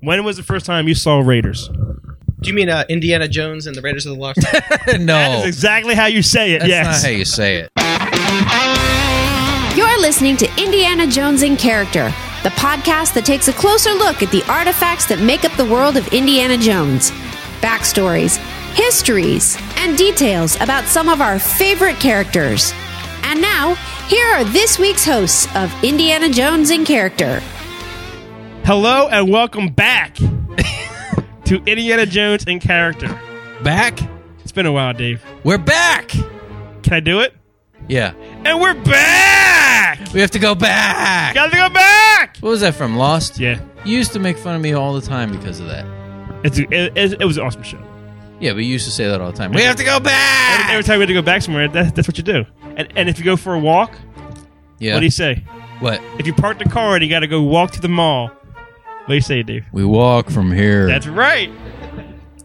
When was the first time you saw Raiders? Do you mean uh, Indiana Jones and the Raiders of the Lost? Ark? That's no, exactly how you say it. that's yes. not how you say it. You're listening to Indiana Jones in Character, the podcast that takes a closer look at the artifacts that make up the world of Indiana Jones. Backstories, histories, and details about some of our favorite characters. And now, here are this week's hosts of Indiana Jones in Character. Hello and welcome back to Indiana Jones in character. Back? It's been a while, Dave. We're back. Can I do it? Yeah, And we're back. we have to go back. Got to go back. What was that from Lost? Yeah, You used to make fun of me all the time because of that. it's, it, it, it was an awesome show. Yeah, but you used to say that all the time. We have to go back. Every time we had to go back somewhere, that, that's what you do. And, and if you go for a walk, yeah. what do you say? What? If you park the car and you got to go walk to the mall, what do you say, Dave? We walk from here. That's right.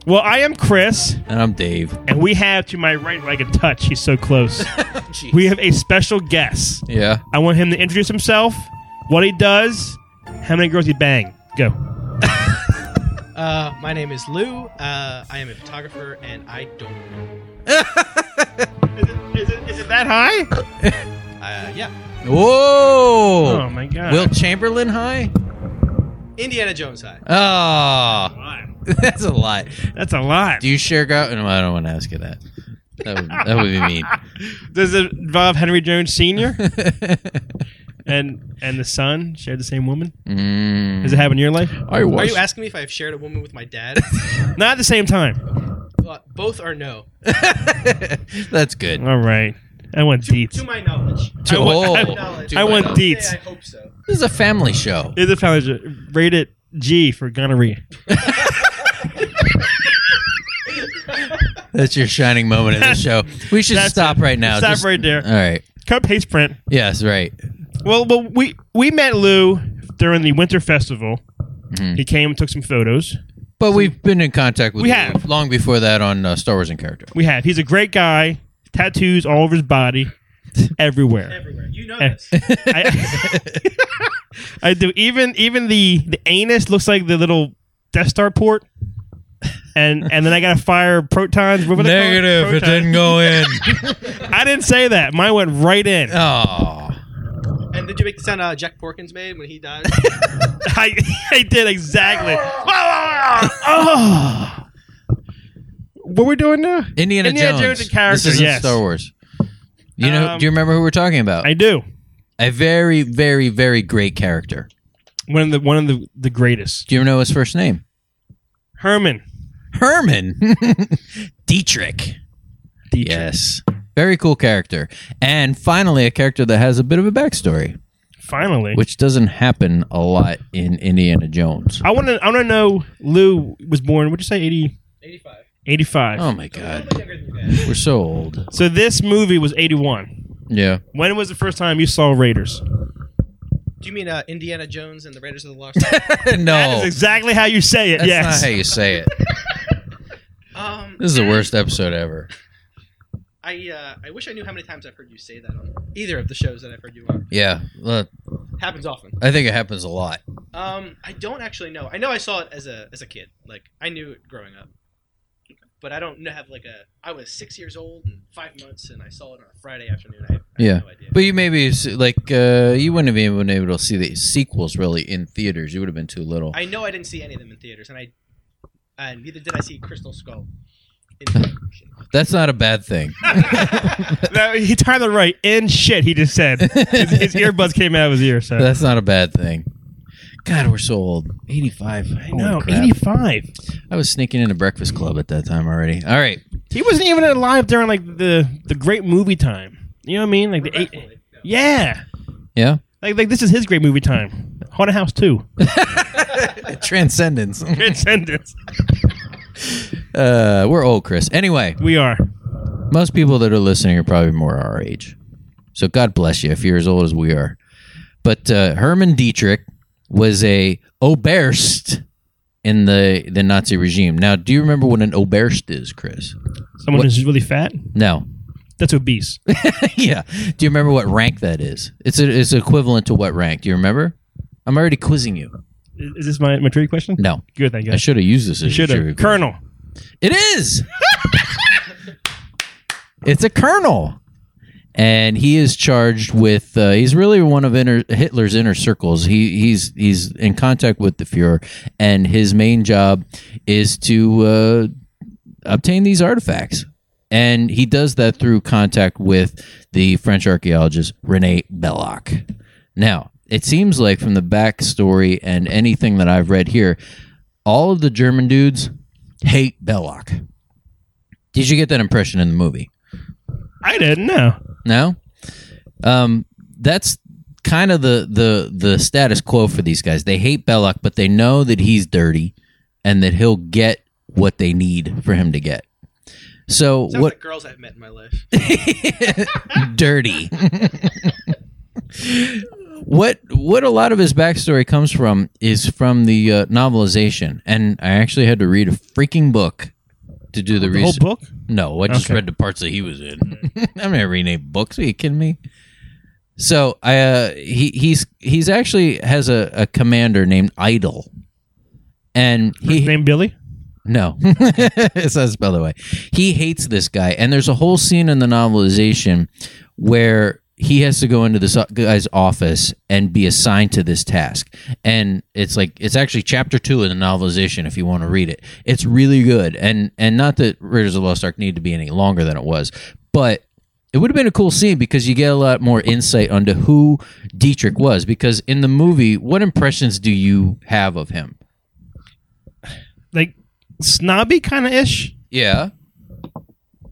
Well, I am Chris, and I'm Dave. and we have to my right, who I can touch. He's so close. we have a special guest. Yeah. I want him to introduce himself, what he does, how many girls he bang. Go. Uh, my name is Lou. Uh, I am a photographer, and I don't. know. Is it, is it, is it that high? Uh, yeah, Whoa. Oh my god. Will Chamberlain high? Indiana Jones High. Oh, that's a lot. That's a lot. Do you share go? No, I don't want to ask you that. That would, that would be mean. Does it involve Henry Jones Sr. and and the son shared the same woman? Mm. Does it happen in your life? I Are was. you asking me if I've shared a woman with my dad? Not at the same time. Uh, Both are no, that's good. All right. I want deets. to my knowledge. To- want- oh, I to I my want knowledge. Say deets. I hope so. This is a family show. Is it found rated G for gonorrhea? That's your shining moment of the show. We should That's stop it. right now. Stop Just- right there. All right. Cut paste print. Yes, right. Well, well, we we met Lou during the winter festival. Mhm. He came, took some photos. But we've been in contact with We you have. long before that on uh, Star Wars in character. We have. He's a great guy. Tattoos all over his body, everywhere. Everywhere. You know Eh. this. I, I do. Even even the the anus looks like the little Death Star port. And and then I got to fire protons. What were they called? Protons. go in. I didn't say that. Mine went right in. oh. And did you make the sound uh, Jack Porkins made when he died? I, I did exactly. oh. What we're doing now? Indiana, Indiana Jones and character, This isn't yes. Star Wars. You know? Um, do you remember who we're talking about? I do. A very, very, very great character. One of the one of the, the greatest. Do you know his first name? Herman. Herman Dietrich. Dietrich. Yes, very cool character. And finally, a character that has a bit of a backstory, Finally. which doesn't happen a lot in Indiana Jones. I want to I want to know Lou was born, what'd you say, 80, 85. 85. Oh my A God, little younger than your dad. we're so old. So this movie was 81. Yeah, When was the first time you saw Raiders? Do you mean uh, Indiana Jones and the Raiders of the Lost? Ark? no, That's exactly how you say it. Oh. that's yes. not how you say it. um, This is the worst episode ever. I uh, I wish I knew how many times I've heard you say that on either of the shows that I've heard you on. Yeah, look, Happens often. I think it happens a lot. Um, I don't actually know. I know I saw it as a as a kid. Like I knew it growing up, but I don't kn- have like a. I was six years old and five months, and I saw it on a Friday afternoon. I, I Yeah. have no idea. But you maybe s- like uh, you wouldn't have been able to see the sequels really in theaters. You would have been too little. I know I didn't see any of them in theaters, and I and neither did I see Crystal Skull. In theaters. That's not a bad thing. No, he timed it right. In shit, he just said. his, his earbuds came out of his ear. So. That's not a bad thing. God, we're so old. 85. I No, 85. I was sneaking into Breakfast Club at that time already. All right. He wasn't even alive during like the the great movie time. You know what I mean? Like the eight. Regretfully, no. Yeah. Yeah. Like like this is his great movie time. Haunted House Two. Transcendence. Transcendence. uh, we're old, Chris. Anyway, We are. most people that are listening are probably more our age. So God bless you if you're as old as we are. But uh, Herman Dietrich was a Oberst in the, the Nazi regime. Now, do you remember what an Oberst is, Chris? Someone What- who's really fat. No. That's obese. yeah. Do you remember what rank that is? It's a, it's equivalent to what rank? Do you remember? I'm already quizzing you. Is this my, my trivia question? No, Good, thank you. I should have used this. as a Should trivia have. question. Colonel. It is. it's a colonel. And he is charged with. Uh, he's really one of inner, Hitler's inner circles. He he's he's in contact with the Fuhrer, and his main job is to uh, obtain these artifacts. And he does that through contact with the French archaeologist Rene Belloc. Now, it seems like from the backstory and anything that I've read here, all of the German dudes hate Belloc. Did you get that impression in the movie? I didn't know. No. Um, that's kind of the the the status quo for these guys. They hate Belloc, but they know that he's dirty and that he'll get what they need for him to get. So Sounds what like girls I've met in my life. dirty. what what a lot of his backstory comes from is from the uh, novelization, and I actually had to read a freaking book to do the, The whole research. book? No, I just Okay. read the parts that he was in. I'm not reading any books. Are you kidding me? So I uh, he he's he's actually has a, a commander named Idol, and he Name Billy? no, it's not spelled that way. He hates this guy, and there's a whole scene in the novelization where he has to go into this guy's office and be assigned to this task. And it's like it's actually chapter two in the novelization if you want to read it. It's really good, and and not that Raiders of the Lost Ark need to be any longer than it was, but it would have been a cool scene because you get a lot more insight onto who Dietrich was. Because in the movie, what impressions do you have of him? Like snobby kind of ish. Yeah.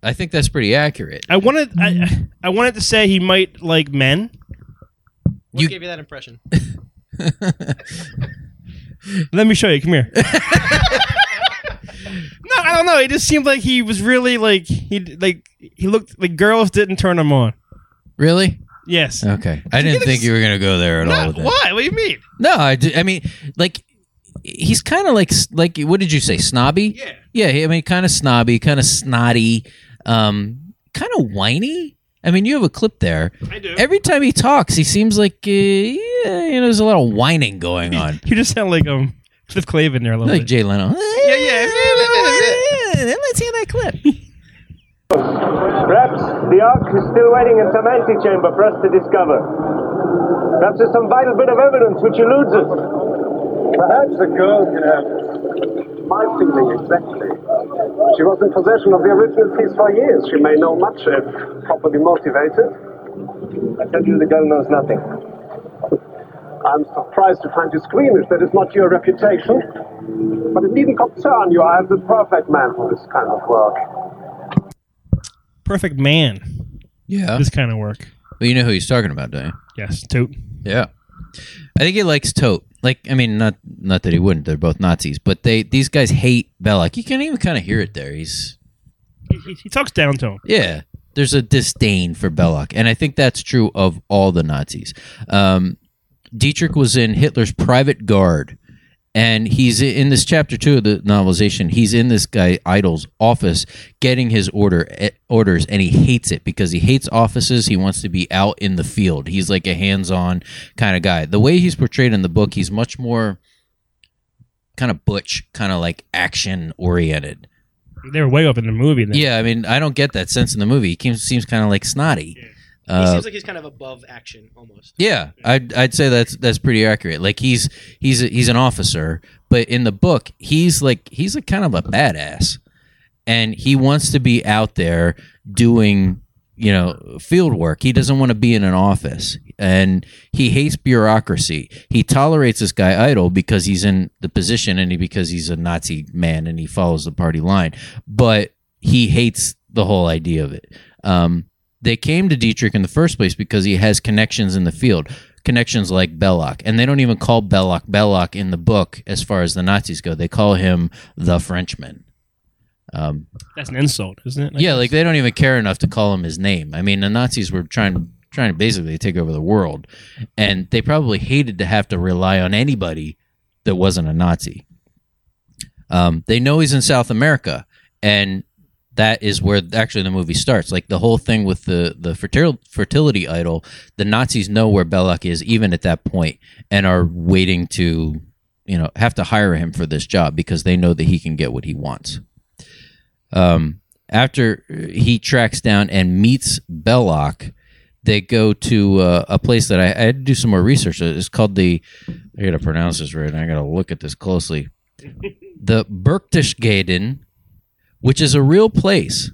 I think that's pretty accurate. I wanted Mm. I I wanted to say he might like men. What You- gave you that impression? Let me show you. Come here. no, I don't know. It just seemed like he was really like he like he looked like girls didn't turn him on. Really? Yes. Okay. I didn't get think you were going to go there at all No, with that. why? What do you mean? No, I, do, I mean, like, he's kind of like, like, what did you say? Snobby? Yeah. Yeah. I mean, kind of snobby, kind of snotty, um, kind of whiny. I mean, you have a clip there. I do. Every time he talks, he seems like, uh, yeah, you know, there's a lot of whining going on. You just sound like um Cliff Clavin there a little Like bit. Jay Leno. Yeah, yeah. Let's hear that clip. Perhaps the Ark is still waiting in some antechamber for us to discover. Perhaps there's some vital bit of evidence which eludes us. Perhaps the girl can have my feeling exactly. She was in possession of the original piece for years. She may know much if properly motivated. I tell you, the girl knows nothing. I'm surprised to find you squeamish. That is not your reputation. But it needn't concern you. I am the perfect man for this kind of work. Perfect man. Yeah. This kind of work. Well, you know who he's talking about, don't you? Yes, too. Yeah, I think he likes Tote. Like, I mean, not not that he wouldn't. They're both Nazis, but they these guys hate Belloc. You can even kind of hear it there. He's He, he- he talks down to him. yeah. There's a disdain for Belloc, and I think that's true of all the Nazis. Um, Dietrich was in Hitler's private guard, and he's i- in this chapter two of the novelization. He's in this guy Idol's office getting his order eh, orders, and he hates it because he hates offices. He wants to be out in the field. He's like a hands-on kind of guy. The way he's portrayed in the book, he's much more kind of butch, kind of like action oriented. They were way up in the movie. Then. Yeah, I mean, I don't get that sense in the movie. He keems- seems kind of like snotty. He Uh, seems like he's kind of above action almost. yeah, I'd, I'd say that's that's pretty accurate. Like he's he's a, he's an officer, but in the book, he's like he's a kind of a badass, and he wants to be out there doing you know field work. He doesn't want to be in an office, and he hates bureaucracy. He tolerates this guy Idol because he's in the position, and he, because he's a Nazi man, and he follows the party line. But he hates the whole idea of it. Um, they came to Dietrich in the first place because he has connections in the field, connections like Belloc. And they don't even call Belloc Belloc in the book as far as the Nazis go. They call him the Frenchman. Um, That's an insult, isn't it? yeah, like they don't even care enough to call him his name. I mean, the Nazis were trying trying to basically take over the world, and they probably hated to have to rely on anybody that wasn't a Nazi. Um, they know he's in South America, and that is where actually the movie starts. Like the whole thing with the the fertil- fertility idol, the Nazis know where Belloc is even at that point, and are waiting to you know have to hire him for this job because they know that he can get what he wants. Um, after uh, he tracks down and meets Belloc, they go to uh, a place that I, I had to do some more research. It's called the I got to pronounce this right. and I got to look at this closely. The Berchtesgaden, which is a real place.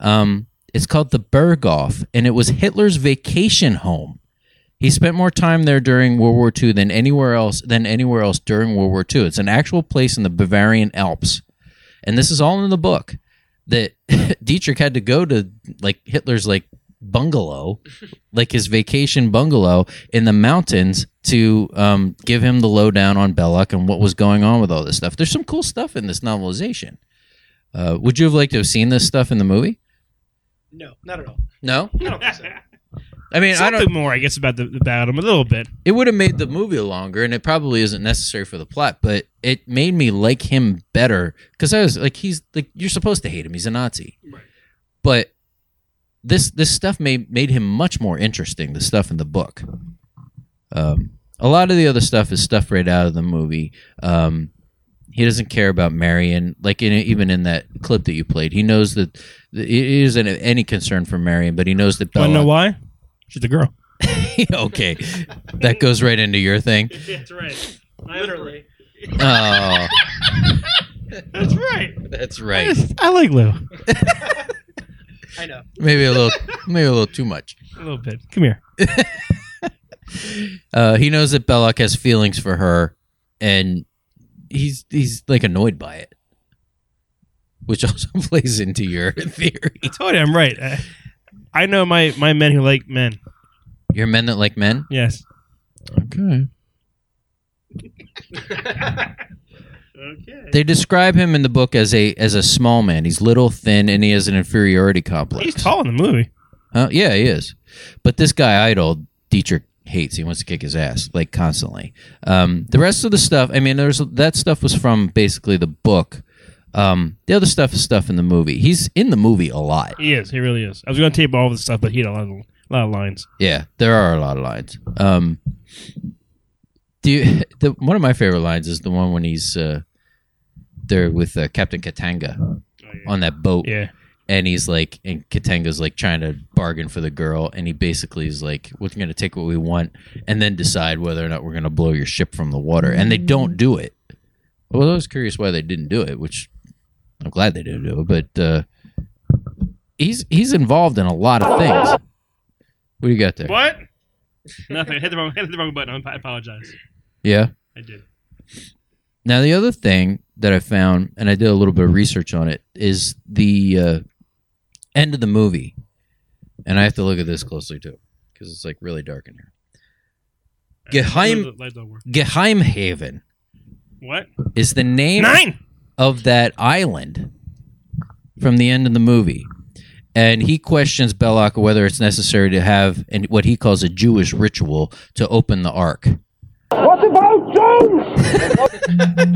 Um, it's called the Berghof, and it was Hitler's vacation home. He spent more time there during World War II than anywhere else than anywhere else during World War II. It's an actual place in the Bavarian Alps, and this is all in the book. That Dietrich had to go to like Hitler's like bungalow, like his vacation bungalow in the mountains to um, give him the lowdown on Belloc and what was going on with all this stuff. There's some cool stuff in this novelization. Uh, would you have liked to have seen this stuff in the movie? No, not at all. No, I don't think so. I mean I Something don't. more, I guess, about the, about him a little bit. It would have made the movie longer, and it probably isn't necessary for the plot, but it made me like him better because I was like, he's like you're supposed to hate him. He's a Nazi, Right. but this this stuff made made him much more interesting. The stuff in the book. Um, a lot of the other stuff is stuff right out of the movie. Um, he doesn't care about Marion. Like in, even in that clip that you played, he knows that he isn't any concern for Marion, but he knows that Want to know Bella. why? She's a girl. okay, that goes right into your thing. That's right. Literally. Oh, That's right. that's right. I like Lou. I know. Maybe a little, maybe a little too much. A little bit. Come here. Uh, he knows that Belloc has feelings for her, and he's he's like annoyed by it, which also plays into your theory. I told you I'm right. I, I know my, my men who like men. You're men that like men. Yes. Okay. Okay. They describe him in the book as a as a small man. He's little, thin, and he has an inferiority complex. He's tall in the movie. Huh? yeah, he is. But this guy Idol Dietrich hates. He wants to kick his ass like constantly. Um, the rest of the stuff, I mean, there's that stuff was from basically the book. Um, the other stuff is stuff in the movie. He's in the movie a lot. He is. He really is. I was going to tape all of this stuff, but he had a lot of, a lot of lines. Yeah, there are a lot of lines. Um, do you, the, one of my favorite lines is the one when he's uh, there with uh, Captain Katanga on that boat. Oh, Yeah. and he's like and Katanga's like trying to bargain for the girl and he basically is like we're going to take what we want and then decide whether or not we're going to blow your ship from the water and they don't do it well I was curious why they didn't do it which I'm glad they didn't do it but uh he's he's involved in a lot of things what do you got there What? Nothing. I hit the wrong, hit the wrong button. I apologize. yeah I did. Now, the other thing that I found, and I did a little bit of research on it, is the uh, end of the movie. And I have to look at this closely too, because it's like really dark in here. Geheim Geheimhaven What? is the name Nine. of that island from the end of the movie. And he questions Belloc whether it's necessary to have an, what he calls a Jewish ritual to open the ark. What about Jones?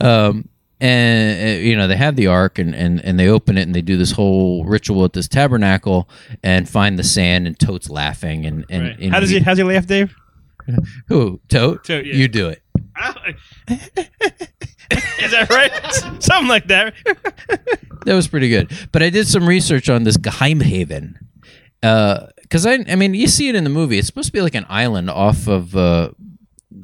um, and uh, you know they have the ark and, and and they open it and they do this whole ritual at this tabernacle and find the sand and totes laughing and and, Right. and How does he? he- How's he laugh, Dave? who tote, Tote, yeah. you do it Is that right? Something like that. that was pretty good but I did some research on this Geheimhaven because I I mean you see it in the movie it's supposed to be like an island off of uh,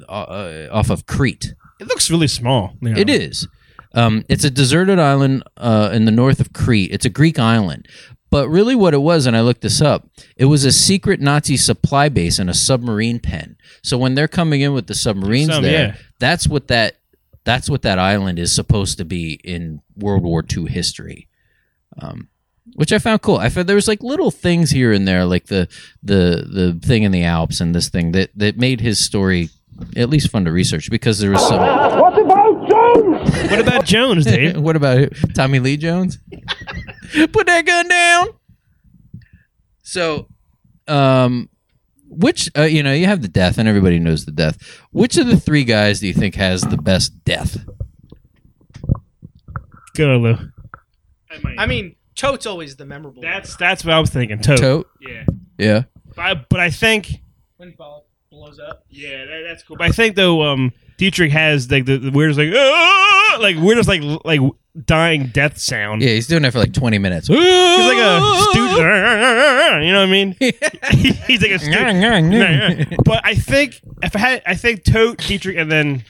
uh, off of Crete It looks really small. you know. It is. Um, it's a deserted island uh, in the north of Crete. It's a Greek island. But really, what it was, and I looked this up, it was a secret Nazi supply base and a submarine pen. So when they're coming in with the submarines Some, there, yeah. that's what that that's what that island is supposed to be in World War II history. Um, which I found cool. I found there was like little things here and there, like the the the thing in the Alps and this thing that that made his story at least fun to research because there was some. What about Jones? What about Jones, Dave? what about who? Tommy Lee Jones? Put that gun down. So, um, which uh, you know you have the death, and everybody knows the death. Which of the three guys do you think has the best death? Go, Lou. I mean, Tote's always the memorable. Oh, That's that's what I was thinking. Toad. Tote. Yeah. Yeah. But I, but I think one. when Bal- blows up. Yeah, that, that's cool. But I think though, um, Dietrich has like the, the weirdest like "Ah!" like weirdest like l- like dying death sound. Yeah, he's doing that for like 20 minutes. He's like a stooge. You know what I mean? He's like a stooge. but I think if I had, I think Tote, Dietrich, and then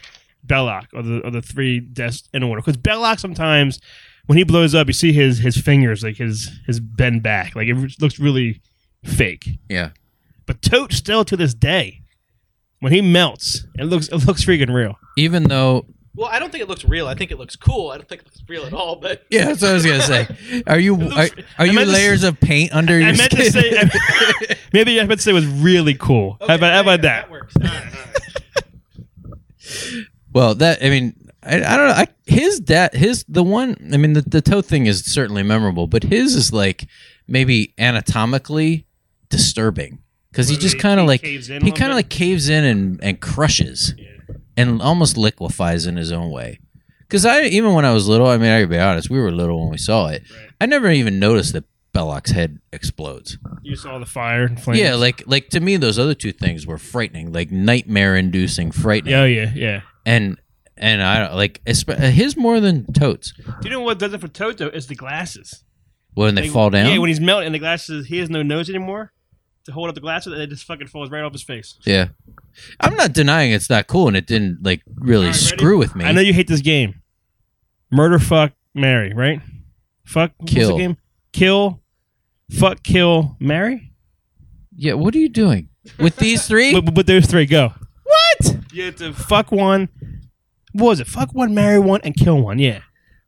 Belloc are the are the three deaths in order. Because Belloc sometimes when he blows up, you see his his fingers like his his bend back, like it looks really fake. yeah. But Tote still to this day, when he melts, it looks it looks freaking real. Even though Well, I don't think it looks real. I think it looks cool. I don't think it looks real at all. But Yeah, that's what I was gonna say. Are you are, are you meant to layers of paint under your I meant skin? to say maybe I meant to say it was really cool. how about, how about that? That works. All right, all right. well, that I mean, I, I don't know. I, his that his the one. I mean, the the toe thing is certainly memorable, but his is like maybe anatomically disturbing because he Where just he- kind of he like he caves in a little kind of bit? like caves in and and crushes and almost liquefies in his own way. Because I even when I was little, I mean, I gotta be honest, we were little when we saw it. I never even noticed that Belloc's head explodes. You saw the fire and flames. Yeah, like like to me, those other two things were frightening, like nightmare inducing, frightening, yeah, Oh, yeah, yeah. and and I don't like espe- uh, his more than totes Do you know what does it for Toto? Is the glasses. when they Like, fall down. Yeah, when he's melting and the glasses, he has no nose anymore to hold up the glasses, and it just fucking falls right off his face. Yeah. I'm not denying it's not cool, and it didn't like really All right, ready? screw with me. I know you hate this game. Murder, fuck, marry, right? Fuck, what's the Kill. game? Kill, fuck, kill, marry. yeah, what are you doing with these three? But, but, but those three go. what You have to fuck one. What was it? Fuck one, marry one, and kill one. Yeah,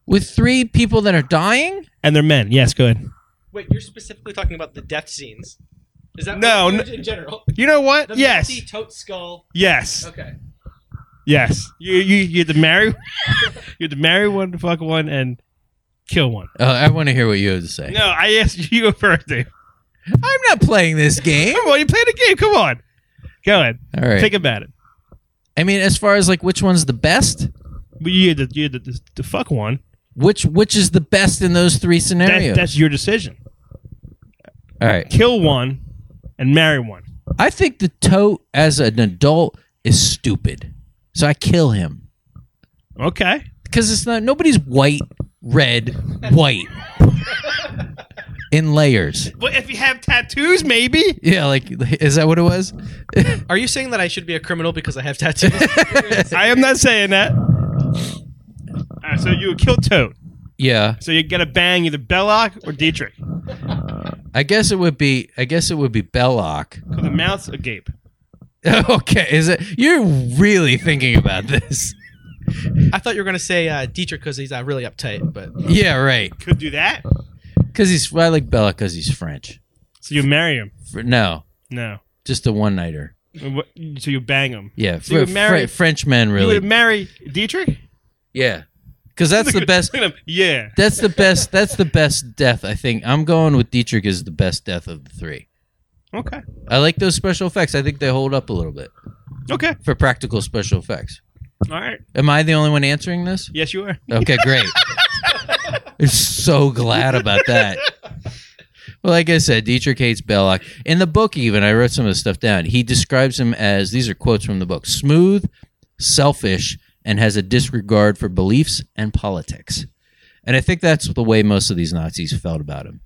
with three people that are dying? and they're men. Yes, go ahead. Wait, you're specifically talking about the death scenes. Is that No, what- no- in general? You know what? The yes, multi tote skull. yes, Okay. yes. You you you have to marry. you have to marry one, fuck one, and kill one. Uh, I want to hear what you have to say. No, I asked you go first. Dave. I'm not playing this game. Come on, you played a game. Come on, go ahead. All right. Think about it. I mean, as far as like which one's the best, But you had to, you had to, to, fuck one. which which is the best in those three That, scenarios? that's your decision. All right. Kill one and marry one. I think the tote as an adult is stupid. So I kill him Okay. because it's not nobody's white, red, white in layers. But if you have tattoos, maybe. Yeah, like is that what it was? Are you saying that I should be a criminal because I have tattoos? I am not saying that. All right, so you would kill Toad. Yeah, So you gotta bang either Belloc or Dietrich. I guess it would be. I guess it would be Belloc. Because the mouth's agape. okay, is it? You're really thinking about this? I thought you were gonna say uh, Dietrich because he's uh, really uptight, but Yeah, right. Could do that. Because he's. I like Belloc because he's French. So you marry him. For, no, No. just a one nighter. What- So you bang him. Yeah, So you Fr- would marry- Fr- French men You really. would marry Dietrich? yeah, because that's the best. Look at him. Yeah. That's the best. That's the best death. I think I'm going with Dietrich is the best death of the three. Okay. I like those special effects. I think they hold up a little bit Okay. for practical special effects. All right. Am I the only one answering this? Yes, you are. Okay, great. I'm so glad about that. Well, like I said, Dietrich hates Belloc. In the book, even I wrote some of the stuff down. He describes him as these are quotes from the book: smooth, selfish, and has a disregard for beliefs and politics. And I think that's the way most of these Nazis felt about him.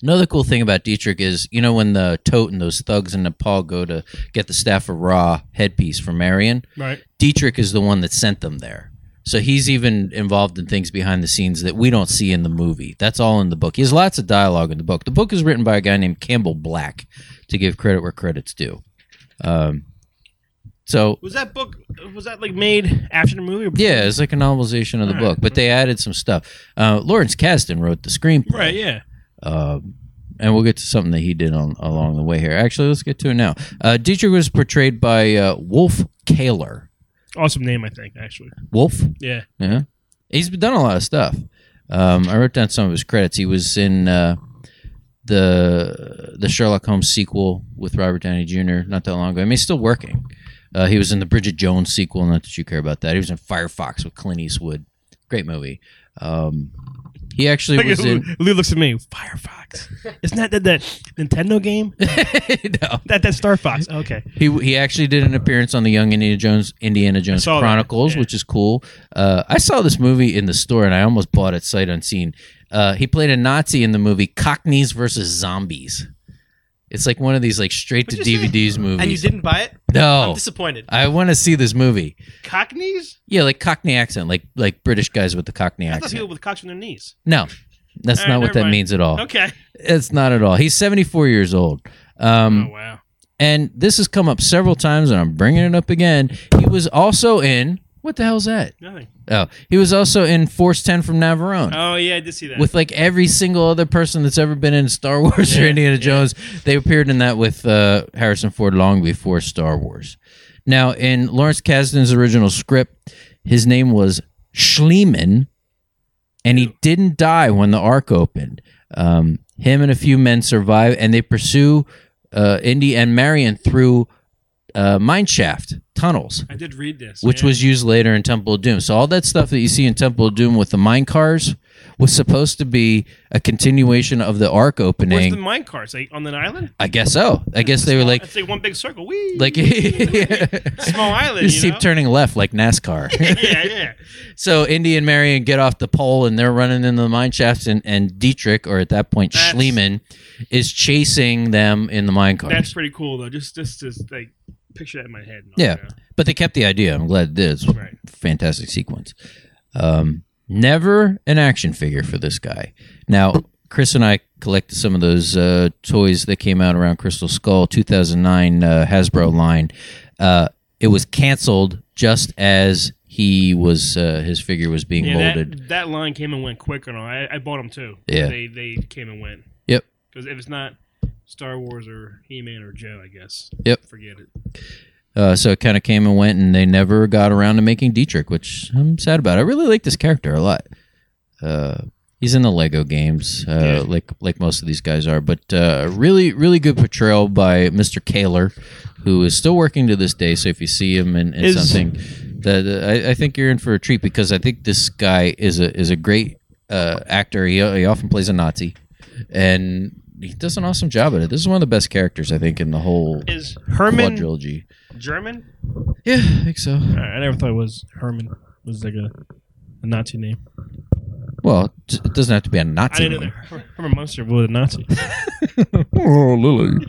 Another cool thing about Dietrich is, you know, when the Tote and those thugs in Nepal go to get the staff of Ra headpiece for Marion, Right. Dietrich is the one that sent them there. So he's even involved in things behind the scenes that we don't see in the movie. That's all in the book. He has lots of dialogue in the book. The book is written by a guy named Campbell Black, to give credit where credit's due. Um, so Was that book was that like made after the movie or yeah, it's like a novelization of the All right. book, but they added some stuff. Uh, Lawrence Kasdan wrote the screenplay, Right, yeah. Um, and we'll get to something that he did on, along the way here. Actually, let's get to it now. Uh, Dietrich was portrayed by uh, Wolf Kaler. Awesome name, I think, actually. Wolf Yeah. Yeah. He's done a lot of stuff. Um, I wrote down some of his credits. He was in uh, the the Sherlock Holmes sequel with Robert Downey Jr. not that long ago. I mean, he's still working. Uh, he was in the Bridget Jones sequel. Not that you care about that. He was in Firefox with Clint Eastwood. Great movie. Um, He actually Look at was Lou, in. Lou looks at me. Firefox. Isn't that that, that Nintendo game? no, That that Star Fox. Okay. he he actually did an appearance on the Young Indiana Jones Indiana Jones saw that, Chronicles, yeah. which is cool. Uh, I saw this movie in the store and I almost bought it sight unseen. Uh, he played a Nazi in the movie Cockneys versus Zombies. It's like one of these like straight to What'd you say? DVDs movies. And you didn't buy it? I'm No, disappointed. I want to see this movie. Cockneys? Yeah, like Cockney accent, like like British guys with the Cockney I thought accent. people with cocks on their knees. No, that's All right, not what never that mind. means at all. Okay. It's not at all. He's 74 years old. Um, oh wow. And this has come up several times, and I'm bringing it up again. He was also in what the hell's that? Nothing. Oh, he was also in Force 10 from Navarone. Oh yeah, I did see that. With like every single other person that's ever been in Star Wars or Yeah, Indiana Jones, they appeared in that with uh, Harrison Ford long before Star Wars. Now, in Lawrence Kasdan's original script, his name was Schliemann, and he didn't die when the Ark opened. Um, him and a few men survive, and they pursue uh, Indy and Marion through uh, mine shaft tunnels I did read this. which yeah. was used later in Temple of Doom. So all that stuff that you see in Temple of Doom with the mine cars was supposed to be a continuation of the arc Where's opening. the mine carts? Like on an island? I guess so. I guess they were like It's like one big circle. Wee. like small island. just you keep know? turning left like NASCAR. yeah, yeah. so Indy and Marion get off the pole and they're running into the mine shafts and, and Dietrich or at that point That's- Schliemann is chasing them in the mine cars. That's pretty cool though. Just just just like picture that in my head. and all, Yeah. you know? But they kept the idea. I'm glad it did. It's a Right. fantastic sequence. Um, never an action figure for this guy. Now, Chris and I collected some of those uh, toys that came out around Crystal Skull 2009 uh, Hasbro line. Uh, it was canceled just as he was uh, his figure was being Yeah, molded. that, that line came and went quick and all. I, I bought them too. Yeah. They they came and went. Yep. Because if it's not Star Wars or He Man or Joe, I guess. Yep. Forget it. Uh, so it kind of came and went, and they never got around to making Dietrich, which I'm sad about. I really like this character a lot. Uh, he's in the Lego games, uh, like like most of these guys are, but uh, really, really good portrayal by Mr. Kaler, who is still working to this day. So if you see him in, in Is- something, that I, I think you're in for a treat because I think this guy is a is a great uh, actor. He, he often plays a Nazi, and he does an awesome job at it. This is one of the best characters I think in the whole Is quadrilogy. Herman German? Yeah, I think so. All right, I never thought it was Herman. Was like a, a Nazi name. Well, t- it doesn't have to be a Nazi. I didn't know one. that Her- Herman Munster was a Nazi. Oh, Lily.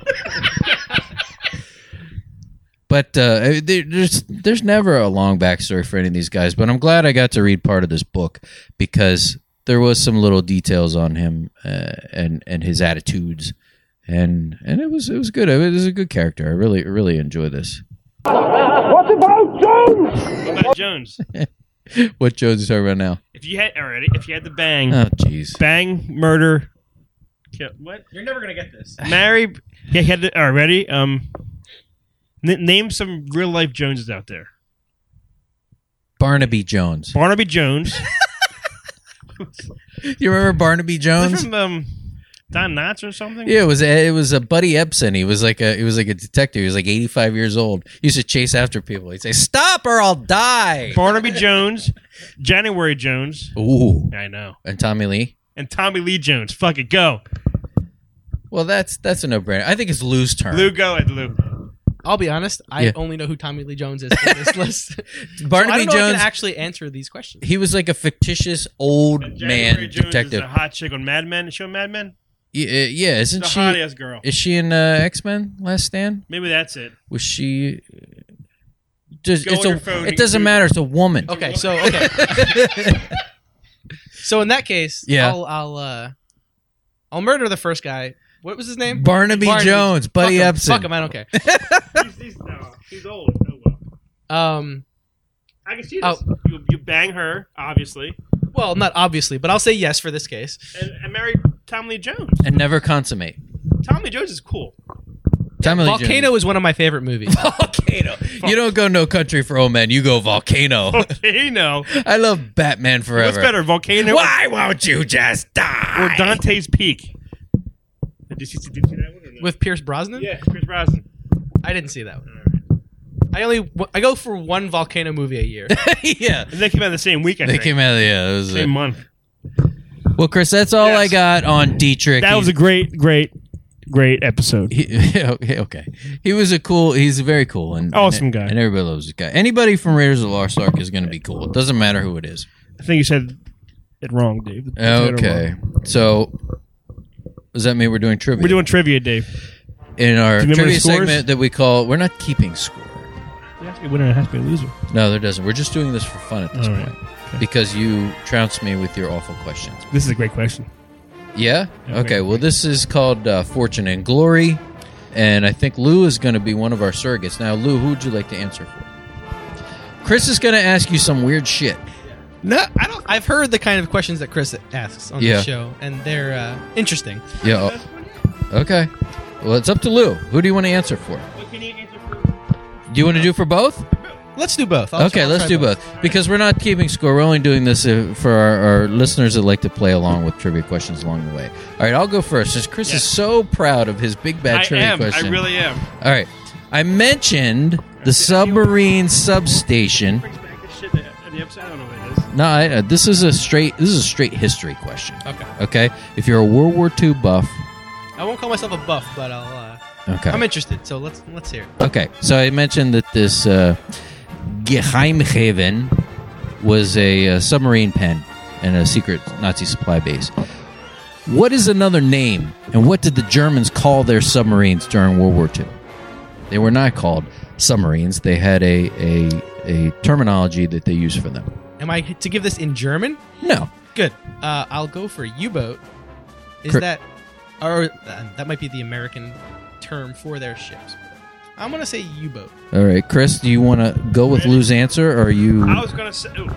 but uh, I- there, there's there's never a long backstory for any of these guys. But I'm glad I got to read part of this book because there was some little details on him uh, and and his attitudes, and and it was it was good. It was a good character. I really really enjoy this. What about Jones? What about Jones? What Jones is talking about now? If you had already, if you had the bang, Oh, jeez. bang, murder, kill, what? You're never gonna get this. Marry. Yeah, he had the, all right, ready. Um, n- name some real life Joneses out there. Barnaby Jones. Barnaby Jones. You remember Barnaby Is that Jones? from um, Don Knotts or something. Yeah, it was it was a Buddy Epson. He was like a he was like a detective. He was like eighty five years old. He used to chase after people. He'd say, "Stop or I'll die." Barnaby Jones, January Jones. Ooh, I know. and Tommy Lee. And Tommy Lee Jones. Fuck it, go. Well, that's that's a no brainer. I think it's Lou's turn. Lou, go at Lou. I'll be honest. I Yeah. only know who Tommy Lee Jones is in this list. I don't Barnaby know if I Jones. can actually answer these questions. he was like a fictitious old January man Jones detective. is a hot chick on Mad Men. Is she on Mad Men? Y- uh, yeah, isn't The she? hot ass girl. Is she in uh, X Men Last Stand? Maybe that's it. Was she? Just, Go it's on a, your phone it and doesn't Google. matter. It's a woman. Okay, so okay, so in that case, Yeah. I'll I'll uh, I'll murder the first guy. What was his name? Barnaby, Jones, Buddy fuck him, Epson. Fuck him. I don't care. he's, he's, no, he's old. Oh well. Um, I can see this. Oh. You, you bang her, obviously, well, not obviously, but I'll say yes for this case. and, and marry Tom Lee Jones. and never consummate. Tom Lee Jones is cool. Tommy Lee Jones. Volcano is one of my favorite movies. Volcano. You don't go no country for old men. You go volcano. Volcano. I love Batman Forever. What's better, Volcano Why won't you just die? or Dante's Peak? Did you see, did you see that one? Or no? With Pierce Brosnan? yeah, Chris Brosnan. I didn't see that one. I only I go for one volcano movie a year. yeah. And they came out the same week. I They think. came out. Yeah, it was. same month. Well, Chris, that's all I Yes. got on Dietrich. That was a great, great, great episode. He- okay. He was a cool. He's very cool and Awesome and- guy. and everybody loves this guy. Anybody from Raiders of the Lost Ark is going to be cool. It doesn't matter who it is. I think you said it wrong, Dave. You said it Okay, wrong. so does that mean we're doing trivia? We're doing trivia, Dave. in our Do you remember trivia the scores? segment that we call. We're not keeping score. It has to be a winner. It has to be a loser. No, there doesn't. We're just doing this for fun at this All right. point because you trounced me with your awful questions. This is a great question. Yeah. Yeah, Okay. wait, Well, this is called uh, Fortune and Glory, and I think Lou is going to be one of our surrogates. Now, Lou, who would you like to answer for? Chris is going to ask you some weird shit. No, I don't. I've heard the kind of questions that Chris asks on Yeah. the show, and they're uh, interesting. Yeah. oh, Okay. Well, it's up to Lou. Who do you want to answer for? Do you want to do for both? Let's do both. I'll okay, try- I'll let's try do both because we're not keeping score. We're only doing this uh, for our, our listeners that like to play along with trivia questions along the way. All right, I'll go first since Chris is so proud of his big bad trivia question. am. All right, I mentioned the submarine substation. Brings back the shit that- the episode. I don't know what it is. No, I, uh, this is a straight. This is a straight history question. Okay. Okay, if you're a World War II buff, I won't call myself a buff, but I'll. Uh, okay, I'm interested, so let's let's hear. it. Okay, so I mentioned that this uh, Geheimhaven was a, uh submarine pen and a secret Nazi supply base. What is another name, and what did the Germans call their submarines during World War II? They were not called submarines. They had a, a, a terminology that they used for them. Am I to give this in German? No. Good. Uh, I'll go for U-boat. Is Cor- that or uh, that might be the American term for their ships? I'm gonna say U-boat. All right, Chris, do you want to go with Lou's answer, or are you I was gonna say. ooh,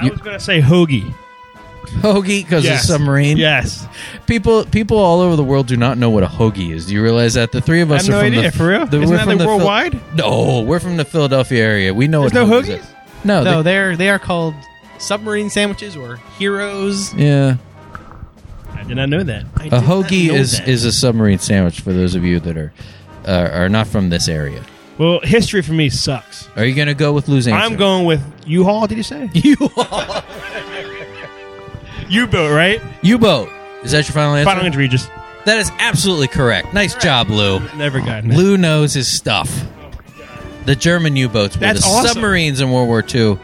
I You- was gonna say hoagie. hoagie because Yes. of submarine? Yes. People, people all over the world do not know what a hoagie is. Do you realize that the three of I us have no are from idea. the for real? the- Isn't we're that from like the Phil- worldwide? no, we're from the Philadelphia area. We know There's what no hoagies. hoagies? are. No, No, they- they're they are called submarine sandwiches or heroes. yeah. I did not know that. I A hoagie is is a submarine sandwich for those of you that are uh, are not from this area. well, history for me sucks. Are you going to go with Lou's answer? I'm going with U-Haul. Did you say you U-boat? Right? U boat. Is that your final answer? Final injury just That is absolutely correct. Nice job, Lou. never got it. Lou knows his stuff. The German U-boats were That's the awesome. submarines in World War II,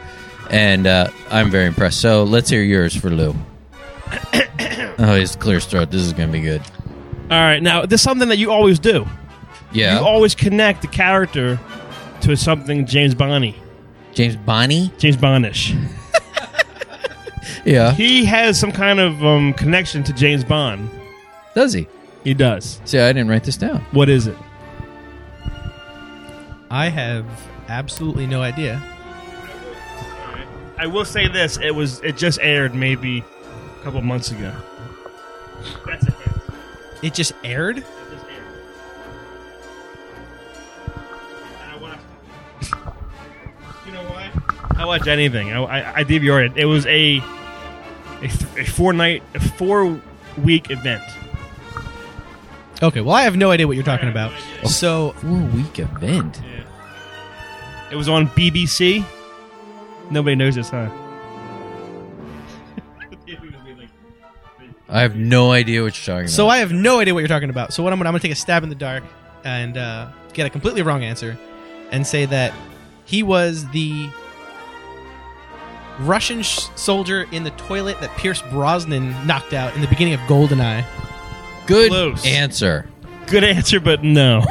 and uh, I'm very impressed. So let's hear yours for Lou. oh, he's clear his throat. This is going to be good. All right, now this is something that you always do. Yeah, You always connect the character to something James Bonny, James Bonney. James Bondish. Yeah, He has some kind of um, connection to James Bond. does he? He does. See, I didn't write this down. What is it? I have absolutely no idea. I will say this: it was it just aired maybe a couple months ago. That's a hint. It just aired. It just aired. And I watched it. You know why? I watch anything. I, I, I DVR it. It was a a, th- a four night, a four week event. Okay, well I have no idea what you're talking about. So Four-week event. Yeah. It was on BBC. Nobody knows this, huh? I have no idea what you're talking So about. I have no idea what you're talking about. So what I'm gonna, I'm gonna take a stab in the dark and uh, get a completely wrong answer, and say that he was the Russian sh- soldier in the toilet that Pierce Brosnan knocked out in the beginning of Goldeneye. So good Close. answer. Good answer, but no.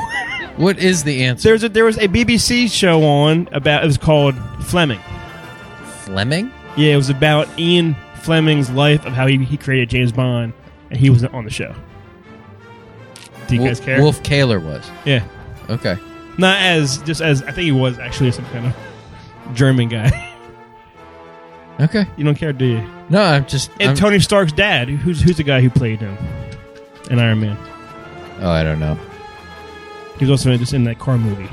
What is the answer? There's a there was a BBC show on about it was called Fleming. Fleming. Yeah, it was about Ian Fleming's life of how he, he created James Bond, and he was on the show. Do you Wol- guys care? Wolf Kaler was. Yeah, Okay. not as just as I think he was actually some kind of German guy. Okay. you don't care, do you? No, I'm just. And I'm- Tony Stark's dad, who's who's the guy who played him in Iron Man. oh, I don't know. He was also in- just in that car movie.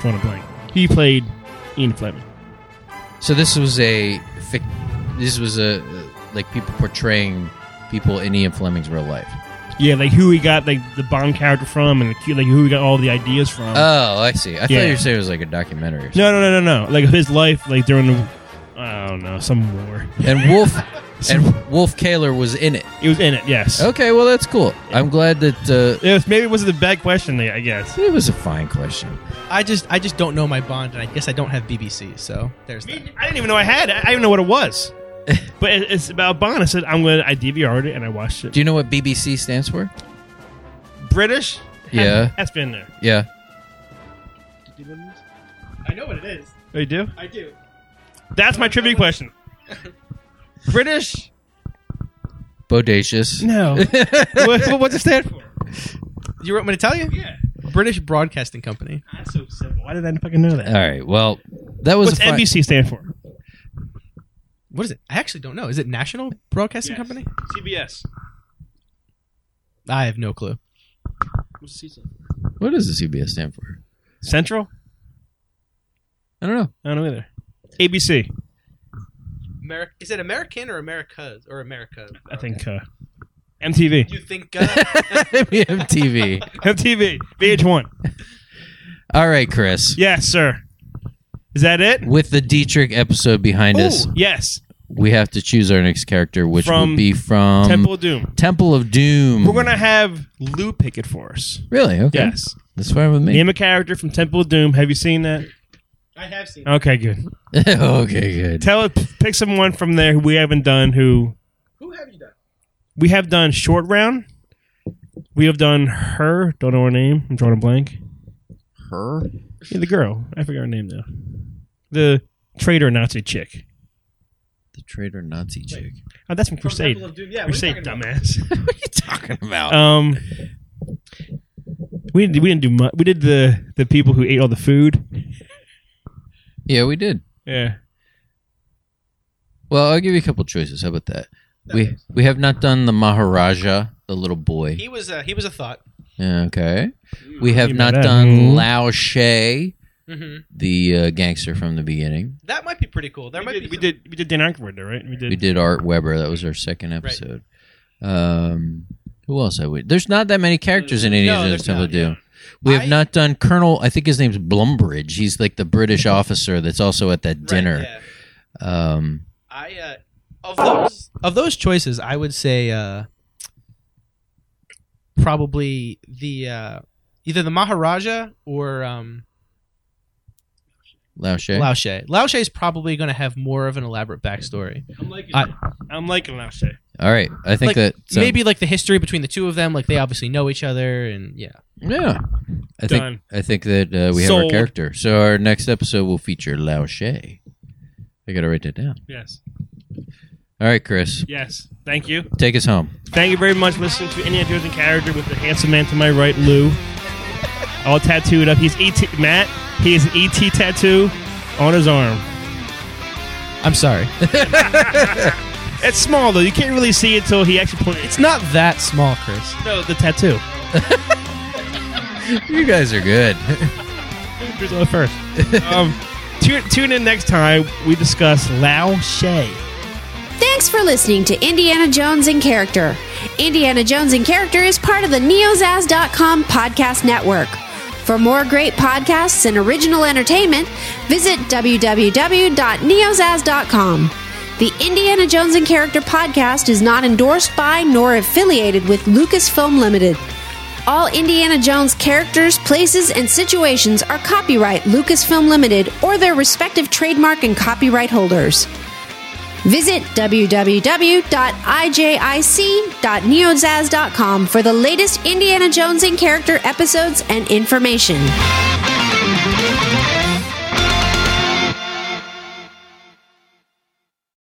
Drawing a blank. He played Ian Fleming. So this was a fic- this was a like people portraying people in Ian Fleming's real life. Yeah, like who he got like the Bond character from, and like who he got all the ideas from. Oh, I see. I thought Yeah. you were saying it was like a documentary. Or something. No, no, no, no, no. Like his life, like during the I don't know, some war. And Wolf and Wolf Kaler was in it. He was in it, yes. Okay, well that's cool. I'm glad that uh, It was, maybe it wasn't a bad question, I guess. it was a fine question. I just I just don't know my Bond, and I guess I don't have BBC, so there's that. I didn't even know I had it. I didn't even know what it was. but it, it's about Bond. I said, I'm going to, I DVR'd it and I watched it. Do you know what BBC stands for? British? Yeah. That's been there. Yeah. I know what it is. Oh, you do? I do. That's my trivia question. British? Bodacious. No. what, what, what's it stand for? You want me to tell you? Yeah. British Broadcasting Company. That's so simple. Why did I fucking know that? All right. Well, that was What's a fi- NBC stand for? What is it? I actually don't know. Is it National Broadcasting Yes. Company? CBS. I have no clue. What's C What does the CBS stand for? Central? I don't know. I don't know either. ABC. Ameri- is it American or America's or America? I think uh, MTV. You think? Uh, MTV. MTV. VH1. All right, Chris. Yes, sir. Is that it? With the Dietrich episode behind us, Ooh, yes. we have to choose our next character, which From will be from Temple of Doom. Temple of Doom. We're gonna have Lou pick it for us. really okay. Yes. That's fine with me. Name a character from Temple of Doom. Have you seen that? I have seen. Okay, good. okay, good. Tell it. Pick someone from there who we haven't done. Who Who have you done? we have done short round. We have done her. Don't know her name. I'm drawing a blank. Her. Yeah, the girl. I forgot her name now. The traitor Nazi chick. The traitor Nazi chick. Oh, that's from From Crusade. Temple of Doom. Yeah, what are you Crusade, talking about? dumbass. what are you talking about? Um, we didn't, we didn't do much. We did the the people who ate all the food. yeah, we did. Yeah. Well, I'll give you a couple choices. How about that? We we have not done the Maharaja, the little boy. He was a he was a thought. Okay. We have Even not that. done Mhm. Lao She, Mm-hmm. the uh, gangster from the beginning. That might be pretty cool. There we might did, be. we some- did we did Dan Aykroyd, though, right? We did. We did Art Weber. That was our second episode. Um, who else have we? There's not that many characters in any No, of those there's Temple not, of Doom. We have I- not done Colonel. I think his name's Blumbridge. He's like the British officer that's also at that right, dinner. yeah. Um, I uh, of those of those choices, I would say uh, probably the uh, either the Maharaja or um, Lao She. Lao She. Lao She is probably going to have more of an elaborate backstory. I'm liking. I- I'm liking that shit. All right. I think like, that so- maybe like the history between the two of them, like they obviously know each other, and yeah, Yeah. I think Done. I think that uh, we have our Sold. character. So our next episode will feature Lao She. I gotta write that down. Yes. All right, Chris, Yes. Thank you. take us home. Thank you very much for listening to Indiana Jones and Character with the handsome man to my right, Lou. All tattooed up. He's ET. Matt. He has an ET tattoo on his arm. I'm sorry, It's small though. You can't really see it till he actually points. it's not that small, Chris. no the tattoo. You guys are good. Here's all first. um, tune, tune in next time. We discuss Lao She. Thanks for listening to Indiana Jones in Character. Indiana Jones in Character is part of the Neozaz.com podcast network. For more great podcasts and original entertainment, visit www.neozaz.com. The Indiana Jones in Character podcast is not endorsed by nor affiliated with Lucasfilm Limited. All Indiana Jones characters, places, and situations are copyright Lucasfilm Limited or their respective trademark and copyright holders. Visit www.ijic.neozaz.com for the latest Indiana Jones in character episodes and information.